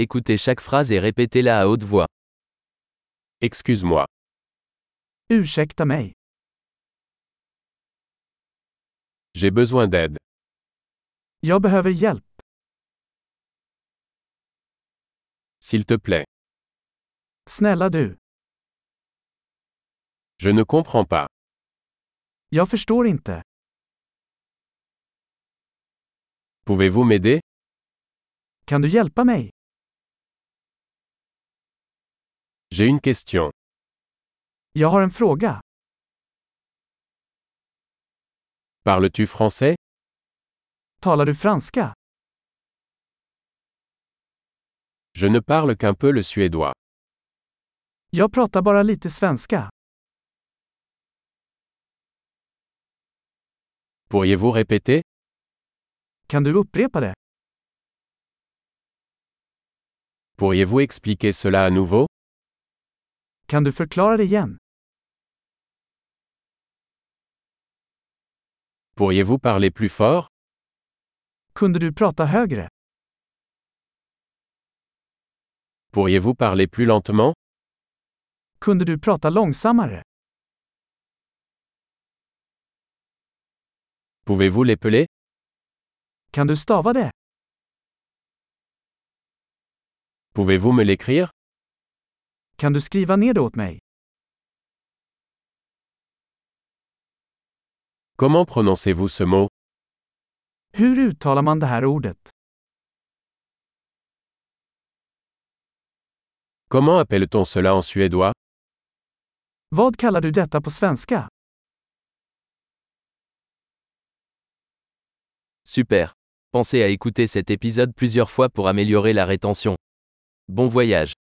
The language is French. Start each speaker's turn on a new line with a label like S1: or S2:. S1: Écoutez chaque phrase et répétez-la à haute voix.
S2: Excuse-moi.
S3: Ursäkta mig.
S2: J'ai besoin d'aide.
S3: Jag behöver hjälp.
S2: S'il te plaît.
S3: Snälla du.
S2: Je ne comprends pas.
S3: Jag förstår inte.
S2: Pouvez-vous m'aider
S3: Kan du hjälpa mig?
S2: J'ai une question.
S3: Jag har en fråga.
S2: Parles-tu français
S3: Talar du franska?
S2: Je ne parle qu'un peu le suédois.
S3: Jag pratar bara lite svenska.
S2: Pourriez-vous répéter
S3: Kan du upprepa det?
S2: Pourriez-vous expliquer cela à nouveau
S3: Kan du förklara det igen?
S2: Pourriez-vous parler plus fort
S3: Kunde du prata högre?
S2: Pourriez-vous parler plus lentement
S3: Kunde du prata långsammare?
S2: Pouvez-vous l'épeler
S3: Kan du stava det?
S2: Pouvez-vous me l'écrire
S3: Kan du skriva ner det åt mig?
S2: Comment prononcez-vous ce mot
S3: Hur uttalar man det här ordet?
S2: Comment appelle-t-on cela en suédois
S3: Vad kallar du detta på svenska?
S1: Super. Pensez à écouter cet épisode plusieurs fois pour améliorer la rétention. Bon voyage.